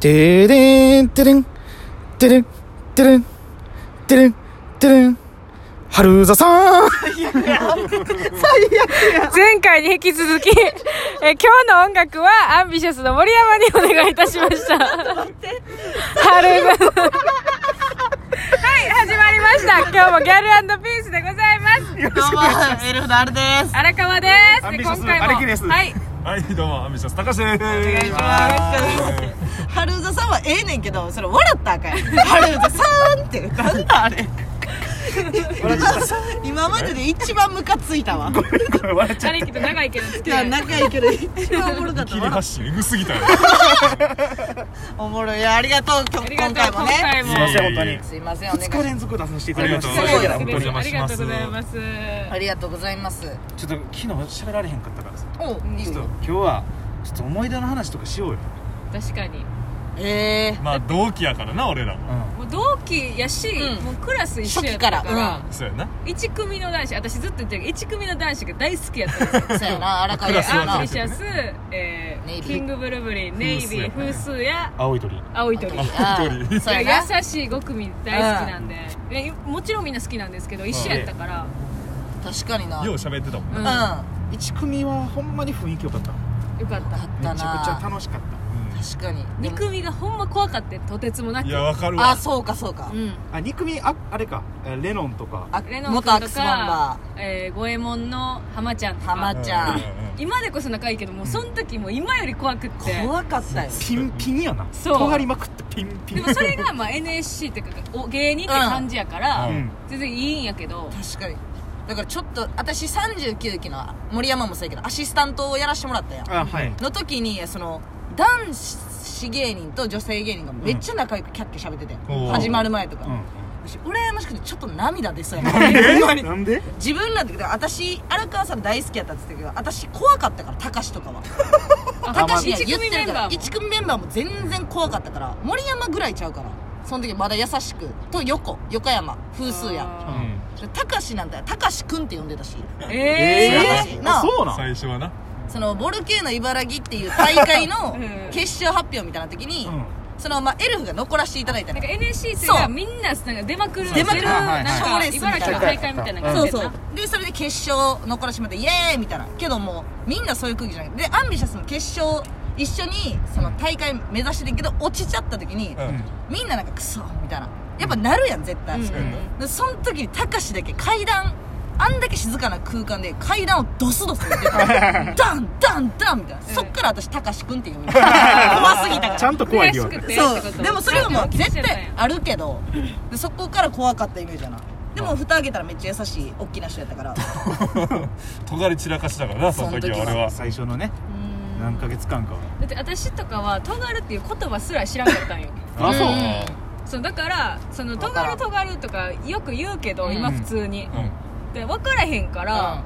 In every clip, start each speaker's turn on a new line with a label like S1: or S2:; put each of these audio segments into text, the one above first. S1: てれん、てれん、てれん、てれん、てれん、てれん。春座さん
S2: 前回に引き続き、えー今日の音楽はアンビシャスの森山にお願いいたしました。春が。はい、始まりました。今日もギャルピースでございます。
S3: どうも、エルフのあるです。
S2: 荒川です。
S4: アンビシャ
S2: 今
S4: ス
S2: 回も。
S4: アレキです
S2: はい。
S4: はい、どうも、アンビシャス、たかしです。お願いし
S3: ます。春うざさんはええねんけど、それ笑ったらあかんやん。春うざさんって、なんだあれ。今までで一番ムカついたわ。い
S4: す。これ笑っちゃ
S2: アレキと長いけど付き合
S3: や、
S2: い。
S3: 仲いいけど、一番おもろかった
S4: う。切り
S3: わ。
S4: 発信、エグすぎたよ。
S3: おもろい、ありがとう、今
S2: あり
S3: 日
S2: がと
S3: 今
S2: う、
S3: 回も
S2: 今
S3: ね。
S2: 回も。
S4: せん、本当に。
S3: すいません、お願いします。
S4: 連続出させてい
S3: ただきました
S2: そうですあ
S3: 本
S4: 当にお邪魔
S2: り
S4: し
S2: が
S4: ま
S2: とう
S4: す
S2: ございます。
S3: ありがとうございます。
S4: ちょっと、昨日喋られへんかったからさ。
S3: お、いい
S4: ちょっと
S3: よ。、
S4: 今日は、ちょっと思い出の話とかしようよ。
S2: 確かに。
S3: え
S4: まあ、同期やからな、俺らも。
S1: うん。
S2: もう同期やし、
S3: うん
S2: もうクラス一緒やったから。
S3: 初期から
S4: そうやな。
S2: 一組の男子、私ずっと言ってるけど、一組の男子が大好きやったんですよ
S3: え、そうやな、荒川
S4: ク
S3: や
S4: ラスは
S3: な
S2: アン
S4: 全
S2: ビ
S4: 部
S2: シャス、え
S3: ネイ
S2: ー、
S3: ビー
S2: キングブルブリンネイビー
S4: 風
S2: 風数や
S4: 青い鳥。
S2: 青い鳥
S4: あ一人
S3: そうやな
S2: 優しい5組大好きなんでえもちろんみんな好きなんですけど一緒やったから
S3: 確かにな。う
S4: よう
S3: ん。
S4: 喋ってたもん。
S2: うんよか
S3: あ
S1: 一組はほんまに雰囲気良かった。
S2: った
S3: った
S1: めちゃくちゃ
S3: な。
S1: 楽しかった。
S3: 確かに。
S2: 2組がほんま怖かってとてつもなく
S4: いや、わかる
S3: あ、
S4: わ。
S3: そうか、そうか
S2: う。ん
S1: あ、二組、あ、あれか、えレノンとか。
S3: あ
S2: レノン
S3: 元ア
S2: 君
S3: ク
S2: と
S3: スナンバ
S2: かえー五右衛門の浜ちゃんとか
S3: 浜
S4: うん
S3: ちゃん
S4: うう
S2: 今でこそ仲いいけどもうその時もう今より怖くって
S3: ー。怖かったよ。
S1: ピンピンやな。
S2: そう
S1: 尖りまくってピンピン。
S2: でもそれがまあ NSC っていうかお芸人って感じやから
S4: うん
S2: 全然いいんやけど
S3: 確かにだからちょっと私39期の森山もそうやけどアシスタントをやらしてもらったやん
S1: あ、はい。
S3: の時にその男子芸人と女性芸人がめっちゃ仲良くキャッキャ喋ってて、
S4: おー
S3: 始まる前とか、
S1: うん。
S3: 私羨ましくてちょっと涙出そうや
S1: な
S3: な
S1: んでなんで
S3: 自分らって私荒川さん大好きやったって言ってたけど私怖かったからたかしとかは
S2: あ
S3: たかし
S2: 一組メンバーも
S3: 1組メンバーも全然怖かったから森山ぐらいちゃうからその時まだ優しくと横横山風数や
S4: う
S2: あ
S4: ん
S3: たかしなんてたかしくんって呼んでたし
S2: ーえ
S3: えー
S1: あそうなん
S4: 最初はな。
S3: そのボルケーノ茨城っていう大会の
S2: うん
S3: 決勝発表みたいな時に、
S1: うん
S3: そのまあエルフが残らせていただいた
S2: ー、
S3: の
S2: なんか
S3: よ
S2: NSC 生
S3: そ
S2: が
S3: う
S2: みんななんか出まくる
S3: 出まくる
S2: 出るな
S1: はい
S2: ん
S1: はい
S3: 賞
S2: か
S3: レースみた
S2: 茨
S3: いな
S2: 城の大会みたいな
S3: そ
S2: 感
S3: う
S2: じで
S3: そうでそれで決勝残らせてもらってイエーイみたいなけどもうみんなそういう空気じゃないでアンビシャスの決勝一緒にその大会目指してるけど落ちちゃった時に、
S4: うん
S3: みんななんかクソみたいなやっぱなるやん絶対、
S2: うん
S3: でその時にたかしだけ階段あんだけ静かな空間で階段をドスドスや ってたダンダンダンみたいなそっから私たかしくんって呼 ぶ怖すぎたから
S1: ちゃんと怖い理由
S2: 悔しくて
S3: そうでもそれはもう絶対
S2: あ
S3: あるけどでそこから怖かったイメージやなでも蓋開けたらめっちゃ優しい大きな人やったから
S4: 尖り散らかしたからな、その時は
S3: その時
S4: 俺は。
S1: 最初のね何ヶ月間かは
S2: だって私とかは「とがる」っていう言葉すら知らなかったんよ
S1: あそう
S2: そうだから「そのとがるとがる」とかよく言うけど、
S3: うん
S2: 今普通に、
S4: うんうん
S2: で分からへんから、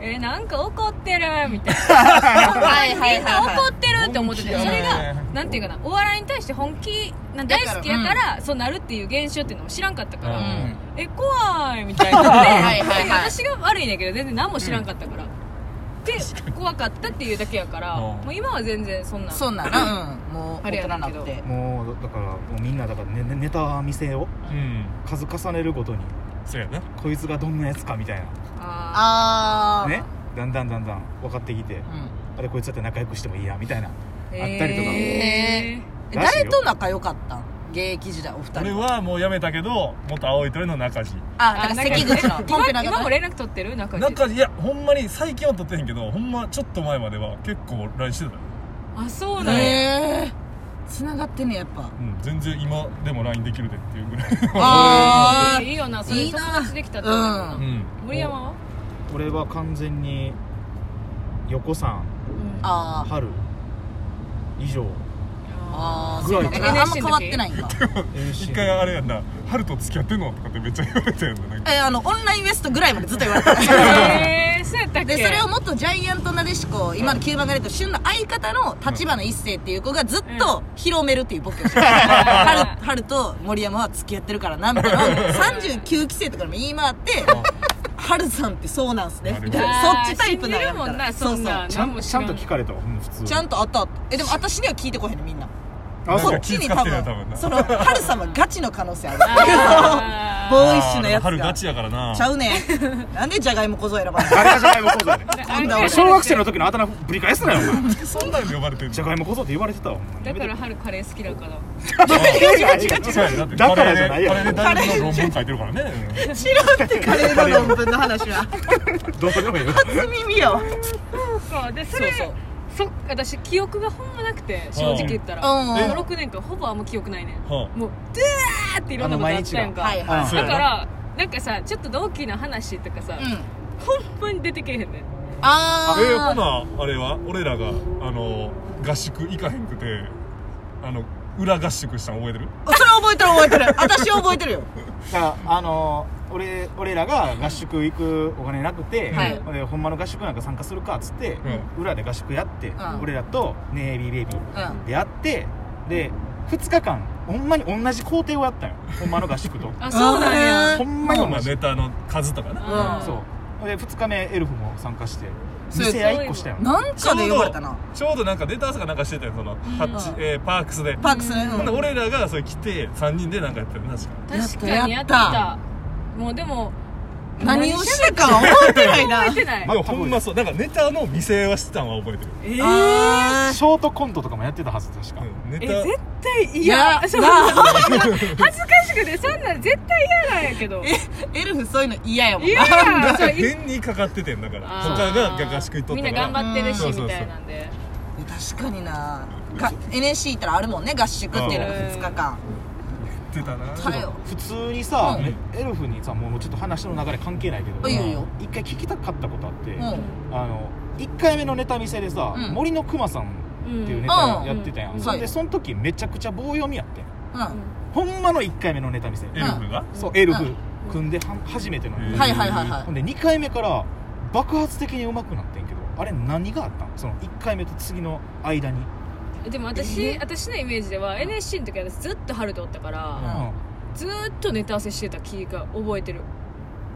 S2: えなんか怒ってるみたい
S3: はい
S2: な
S3: は
S2: み
S3: い
S2: ん
S3: はい
S2: な
S3: は
S2: 怒ってるって思ってて
S4: 本気
S2: そ
S4: やね
S2: れがなんていうかなお笑いに対して本気な大好きやか
S3: だ
S2: らそうなるっていう現象っていうのも知らんかったから、
S4: うん
S2: え怖いみたい なで
S3: はいはいはい
S2: 私が悪いねんだけど全然何も知らんかったから、で怖かったっていうだけやから、
S4: うん
S2: もう今は全然そんない
S3: そんなんなうんもう大人になっ
S2: あれや
S3: て
S1: もうだからもうみんなだからねねネタ見せを
S4: うん。
S1: 数重ねるごとに
S4: そうやな。
S1: こいつがどんなやつかみたい
S2: あ
S3: あ
S1: な
S3: ー
S1: ねだんだんだんだん分かってきて
S3: うん
S1: あれこいつだって仲良くしてもいいやみたいな
S2: ー
S1: あったりとかも
S2: へ
S3: え
S1: らしいよ
S3: 誰と仲良かったん現役時代お二
S4: 俺
S3: 人
S4: はもうやめたけど、元青い鳥の中地。
S3: あ
S2: ーあ
S3: だから
S2: なんか
S3: 関口の
S2: え
S3: トンペ
S2: 今
S3: な
S2: 今も
S3: が
S2: 連絡取ってる中地
S4: 中地いやほんまに最近は撮ってへんけどほんまちょっと前までは結構 LINE してたよ、
S2: あそうなんや、
S3: へえ繋がってんねやっぱ
S4: うん、全然今でも LINE できるでっていうぐらい
S3: あー
S2: いいよなそれ
S3: いい
S2: 友
S3: な
S2: 達できたってことだな
S4: う
S3: うん
S2: 森山は、
S1: 俺は完全に横さん
S2: うん
S3: あー
S1: 春以上
S3: あー
S1: ぐ
S3: そ
S1: ら
S3: う
S1: い
S3: か
S1: か
S3: だ
S1: な
S3: からあんま変わってないん か
S4: 一
S1: MC
S4: 回あれやんな「春と付き合ってんの?」とかってめっちゃ言われたやんななんか
S3: えあのオンラインウエストぐらいまでずっと言われてた
S2: えー、そうやったっけ
S3: でそれを元ジャイアントなでしこ今のキューバガレット旬の相方の立花一世っていう子がずっと広めるっていうボケを してる春春と森山は付き合ってるからなみたいなのを39期生とかにも言い回って春さんってそうなんすねみたい
S2: あ
S3: な
S2: ー
S3: そっちタイプなんやみたい
S2: 信じるもんなそんなん
S3: う
S1: ちゃんちゃんと聞かれたわうん普通
S3: うちゃんとあったあったえでも私には聞いてこへんねみんな
S1: あ
S4: なん
S1: そう
S3: こ
S4: か
S3: っち
S4: 気
S3: に
S4: 使っ
S3: 多
S4: てるよ多
S3: 分
S4: 分な
S3: そのハルさんはガチの可能性ある
S2: あー
S3: ボーイッシュなやつ
S4: あーでも春ガチ
S3: が
S4: やからな
S3: ちゃうね んなんでじゃがいも小僧選ばんの
S1: あれがじゃがいも小僧やね
S3: なんだ俺
S1: 小学生の時のあだ名ぶり返すなよお前
S4: そんなんで呼ばれてる
S1: じゃがいも小僧って言われてたわお前
S2: だから春カレー好きだから
S1: 違う違う違うだからじゃないや
S4: カ
S1: ろ
S4: レーで大学の論文書いてるからね
S3: 知らんってカレーの論文の話は
S1: どうでもいいよ
S3: 初耳よ
S2: そうでそれ
S3: そう
S2: そっ私記憶がほんまなくて正直言ったら
S3: うんうん
S2: この6年間ほぼあんま記憶ないねん
S4: は
S2: もうドゥワーっていろんなことあったやんか
S3: はいは
S1: あ
S3: い
S1: そう
S2: だからなんかさちょっと同期の話とかさ、
S3: うん
S2: ほんまに出てけえへんねん
S3: あ
S4: えー、ほ
S3: ー
S4: なあれは俺らがあの合宿行かへんくてあの裏合宿したの覚えてる
S3: それ覚えてる覚えてる私覚えてるよ
S1: だからあのー俺俺らが合宿行くお金なくて、
S3: はい
S1: ほんでほんまの合宿なんか参加するかっつって、
S4: う
S1: 裏で合宿やって、
S3: ん
S1: 俺らとネイビーベイビー
S3: うん
S1: でやってで2日間ほんまに同じ工程をやったんよほんまの合宿 と
S2: あそうなんや
S1: ほんまに
S4: 今
S1: 同
S4: の
S1: じ、
S4: ネタの数とかね
S2: うん
S1: そうで2日目エルフも参加して
S3: そう
S1: 店屋1個したよ
S3: なんかで呼ばれたな
S4: ちょうどなんかネタ合わせかなんかしてたよその、ハッチえー、パークスで
S3: パークスね
S4: ほんで俺らがそれ来て3人でなんかやってる確か
S2: 確かにやって
S3: や
S2: た
S3: ったや
S2: もうでも
S3: 何をしてたか覚 えてないな
S2: 覚えてない
S4: いやほんまそうなんかネタの見せはしてたんは覚えてる、
S2: えー、
S3: あ
S1: ショートコントとかもやってたはず確か、
S4: うん、ネ
S2: え
S4: タ
S2: 絶対
S3: ーい
S2: 嫌
S3: や
S2: そう
S3: なあ
S2: 恥ずかしくてそんなん絶対嫌なんやけど
S3: エルフそういうの嫌やもん
S2: 嫌やそうい
S4: 変にかかっててんだから
S2: あー
S4: 他が合宿行っとった
S2: み
S4: から
S2: んな頑張ってるし
S4: うん
S2: みたいなんで
S3: 確かになか NSC 行ったらあるもんね合宿っていうのが2日間
S4: 言ってたな
S3: はよ
S1: 普通にさ、
S4: うん
S1: エルフにさもうちょっと話の流れ関係ないけど
S3: いいよいいよ
S1: 一回聞きたかったことあって、
S3: うん
S1: あの1回目のネタ見せでさ、
S3: うん
S1: 森のくまさんっていうネ
S3: う
S1: タ
S3: ん
S1: やってたやん、
S3: うん
S1: そん
S3: は
S1: で
S3: い
S1: その時めちゃくちゃ棒読みやってん
S3: うん
S1: ほんまの1回目のネタ見せ、
S4: エルフが
S1: そうエルフ組んでは初めての、
S4: うん
S3: はいはいはいは
S1: ほんで2回目から爆発的にうまくなってんけどあれ何があったんその1回目と次の間に、
S2: でも私、私のイメージでは NSC の時は私ずっと春とおったから、
S1: うん
S2: ずーっとネタ合わせしてた気が覚えてる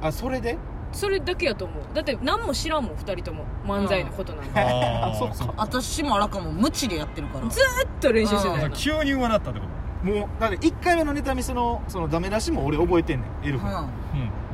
S1: あそれで
S2: それだけやと思うだって何も知らんもん2人とも漫才のことなんか、
S4: あー
S1: あそっか
S4: そっか
S3: 私も荒かも無知でやってるから
S2: ずーっと練習してたよな
S4: 急に上なったってこ
S1: もうだって1回目のネタ見せのそのダメ出しも俺覚えてんねんエルフ、
S3: う
S4: とうん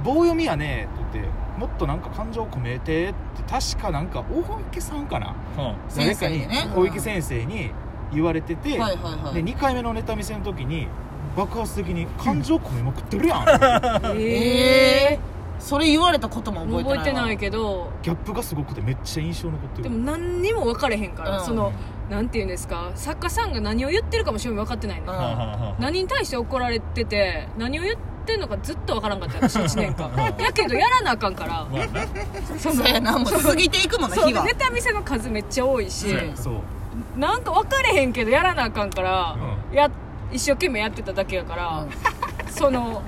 S1: 棒読みやねって言ってもっとなんか感情込めてって確かなんか大池さんかな
S4: は
S3: ん先生に
S1: 誰
S3: ね
S1: かに大池先生に言われてて、
S3: うんはいはいはい
S1: で2回目のネタ見せの時に爆発的に感情込めまくってるやん、ギャ
S2: え
S3: ええそれ言われたことも
S2: ー、もう
S3: 覚
S2: 覚え
S3: え
S2: て
S3: てないわ
S2: ないけど
S1: ップがすごくてめっちゃ印象残ってる
S2: でも何にも分かれへんから、
S3: うん
S2: そのなんていうんですか作家さんが何を言ってるかもしれん分かってないね、
S3: うん
S4: あはあはあはあ
S2: 何に対して怒られてて何を言ってんのかずっと分からんかったよ私1年間やけどやらなあかんから
S4: まあな
S2: そ
S3: そうやなもう過ぎていくもんね
S2: そう
S3: 日
S2: で
S3: は
S2: ネタ見せの数めっちゃ多いし、
S4: そうや
S1: そう
S2: なんか分かれへんけどやらなあかんから、や一生懸命やってただけやから、その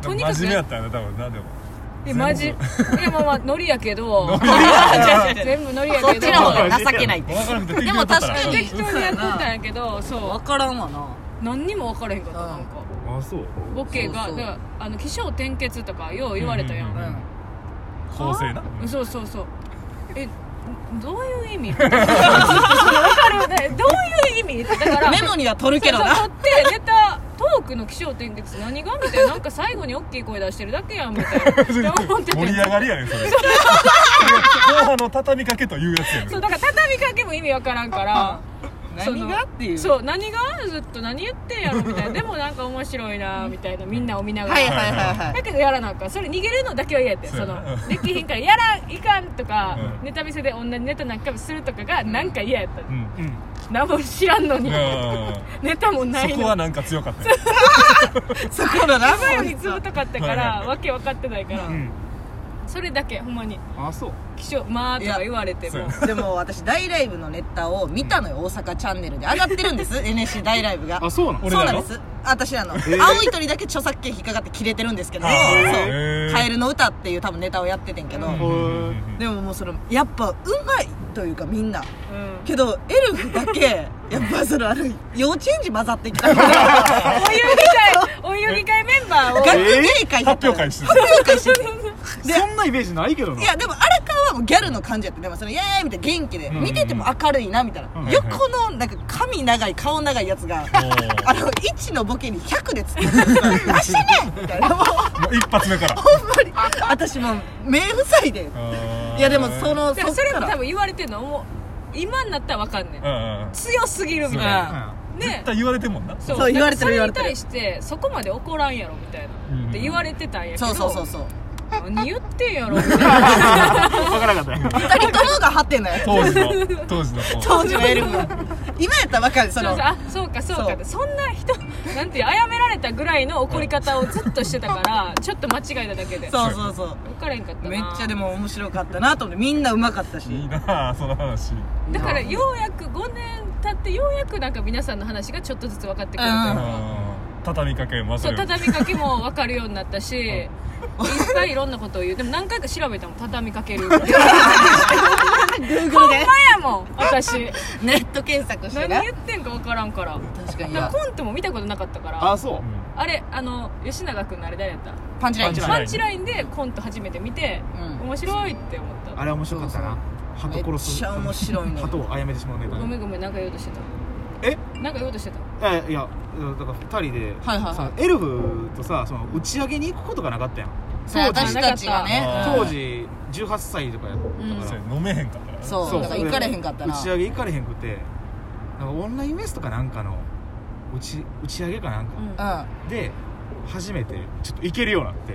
S2: とにかく
S4: 真面目やったよね多分な でも
S2: え
S4: 全部
S2: マジえまあまあノリやけど 全部ノリや
S3: そっ
S2: けど
S3: ちの方が情けないって
S4: 分からなくて
S3: でも確かに
S2: 適当にやっとったんやけどそ
S3: 分からんわな
S2: う何にも分からへんかったなんか
S1: あそう
S2: ボケが
S3: そうそう
S2: だからあの起承転結とかよう言われたやん、
S4: うんうん
S3: うん
S4: 構成な
S2: うんそうそうそうえどういう意味 分かるねどういう意味だから
S3: メモには取るけど
S2: そう
S3: な
S2: そう撮ってネタトークの起承転結何がみたいななんか最後に大きい声出してるだけやんみたいな って思って
S4: 盛り
S2: て
S4: 上がりやねんそ れそれ後半の畳みかけというやつやね
S2: そうんだから畳みかけも意味わからん からその
S3: 何がっていう
S2: そう何がずっと何言ってんやろみたいなでもなんか面白いなみたいなみんなを見ながら、
S3: はいはいはいは
S2: だ
S3: い
S2: けどやらなあかんそれ逃げるのだけは嫌やって
S4: そう
S2: そ
S4: や
S2: の
S4: なうん
S2: できひんからやらいかんとか、
S4: うん
S2: ネタ見せで同じネタ何回もするとかがなんか嫌やった、
S4: うん
S1: うん
S2: 何も知らんのに、
S4: いや
S2: ネタもない
S4: そ
S2: の
S4: こ
S2: に
S4: はなんか強かったよ
S3: そこだな
S2: 前より ずっとかったか
S4: はいは
S2: ら
S4: い
S2: わけ分かってないから、
S1: うん
S2: それだけほんまに
S1: あそう
S2: 「気象まあ」とか言われて
S4: そう
S2: も
S4: や
S3: でも私大ライブのネタを見たのよ大阪チャンネルで上がってるんです NSC 大ライブが
S1: あそうなの
S4: 俺
S3: そう
S4: ら
S3: なん
S4: の
S3: です私あの、
S1: ー
S3: 青い鳥だけ著作権引っかかって切れてるんですけど、
S4: あー
S3: そう
S4: へー
S3: カエルの歌っていう多分ネタをやっててんけど、
S1: ん
S4: うん
S3: でももうそのやっぱうまいというかみんな
S2: うん
S3: けどエルフだけやっぱそのあの幼稚園児混ざって きた学
S2: お遊戯会お遊戯会メンバーを
S3: 芸会だったか
S4: 発表
S3: ら
S4: 会してる
S3: 発表会してて
S1: そんなイメージないけどない
S3: やでも荒川はももギャルの感じやってでもそのイエーイみたいな元気で、
S4: うん
S3: 見てても明るいなみたいな、
S4: うん
S3: 横のなんか髪長い顔長いやつが
S4: ー
S3: あの1のボケに100で突っ込んで「出してね!」みたいなもう
S4: まあ一発目から
S3: ほんまに私もう目塞いで
S4: あー
S3: いやでもその
S2: で
S3: そ
S2: も
S3: っ
S2: それ
S3: か
S2: も多
S3: ら
S2: 分言われてんのもう今になったらわかんねん
S4: うんうんうん
S2: 強すぎるみたいな
S4: うん
S2: ね
S4: 絶対言われてんもんな
S2: そう
S3: そう言われてる
S2: だ
S3: 言
S2: か
S3: わ
S2: ら
S3: れ
S2: それ
S3: てる
S2: に対してそこまで怒らんやろみたい
S4: うんうん
S2: なって言われてたんやけど
S3: そうそうそうそう
S2: 何言ってんやろ みたいな
S1: 分からなかったよ
S3: 2人ともが張ってんのよ
S4: 当時の当時のこう
S3: 当時のエルフは今やったら分かるそ
S2: そう
S3: の
S2: そうあそうかそうかってそんな人なんていうあやめられたぐらいの怒り方をずっとしてたからちょっと間違えただけで
S3: そうそうそ
S2: 分
S3: う
S2: からへんかったな
S3: めっちゃでも面白かったなと思ってみんなうまかったし
S4: いいなあその話
S2: だからようやく5年経ってようやくなんか皆さんの話がちょっとずつ分かってくるという
S4: う
S2: か
S4: ん畳みかけます
S2: そう
S4: よ
S2: 畳みかけも分かるようになったしいっぱいいろんなことを言うでも何回か調べたもん畳みかけるほんまやもん私
S3: ネット検索して
S2: 何
S3: ね
S2: 言ってんか分からんから
S3: 確かに
S2: なんかコントも見たことなかったから
S1: あ
S2: あ
S1: そう
S2: れあの吉永君のあれ誰やった
S3: パンチライン
S4: パンチ
S2: パンチラインでコント初めて見て、
S3: うん
S2: 面白いって思った
S1: あれ面白かったな鳩殺す
S3: めっちゃ面白いね
S1: 鳩をあやめてしまうネタ
S2: ごめんごめん何か言おうとしてた
S1: え
S2: 何か言おうとしてた
S1: いやいやだから二人で、
S3: はいはいはい
S1: さエルフとさその打ち上げに行くことがなかったやん
S3: そう私たちがね
S4: あー
S1: 当時18歳とかやったから、
S2: うん
S4: そう飲めへんかったから
S3: そうだから行かれへんかったな
S1: 打ち上げ行かれへんくてなんかオンラインメスとかなんかの打ち打ち上げかなんか、
S2: うん
S3: うん
S1: で初めてちょっと行けるようになって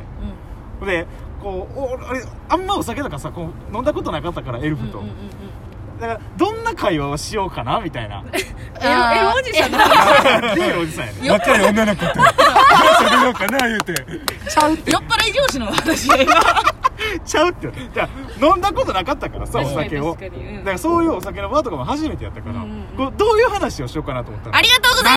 S2: うん
S1: でこうおあれあんまお酒とかさこう飲んだことなかったからエルフと、
S2: うんうんうんうん
S1: だからどんな会話をしようかなみたい な
S2: エロエロおじさんの
S1: ゲイのおじさんやね
S4: 若い女の子とどうしようかな言う て
S3: 酔っ 払い上司の私が今
S1: ちゃうってじゃあ飲んだことなかったからさお
S2: 確かに
S1: 酒を
S2: 確かにうん
S1: だからそういうお酒の場とかも初めてやったから、
S2: うんうんうん
S1: こうどういう話をしようかなと思ったの
S3: ありがとうございます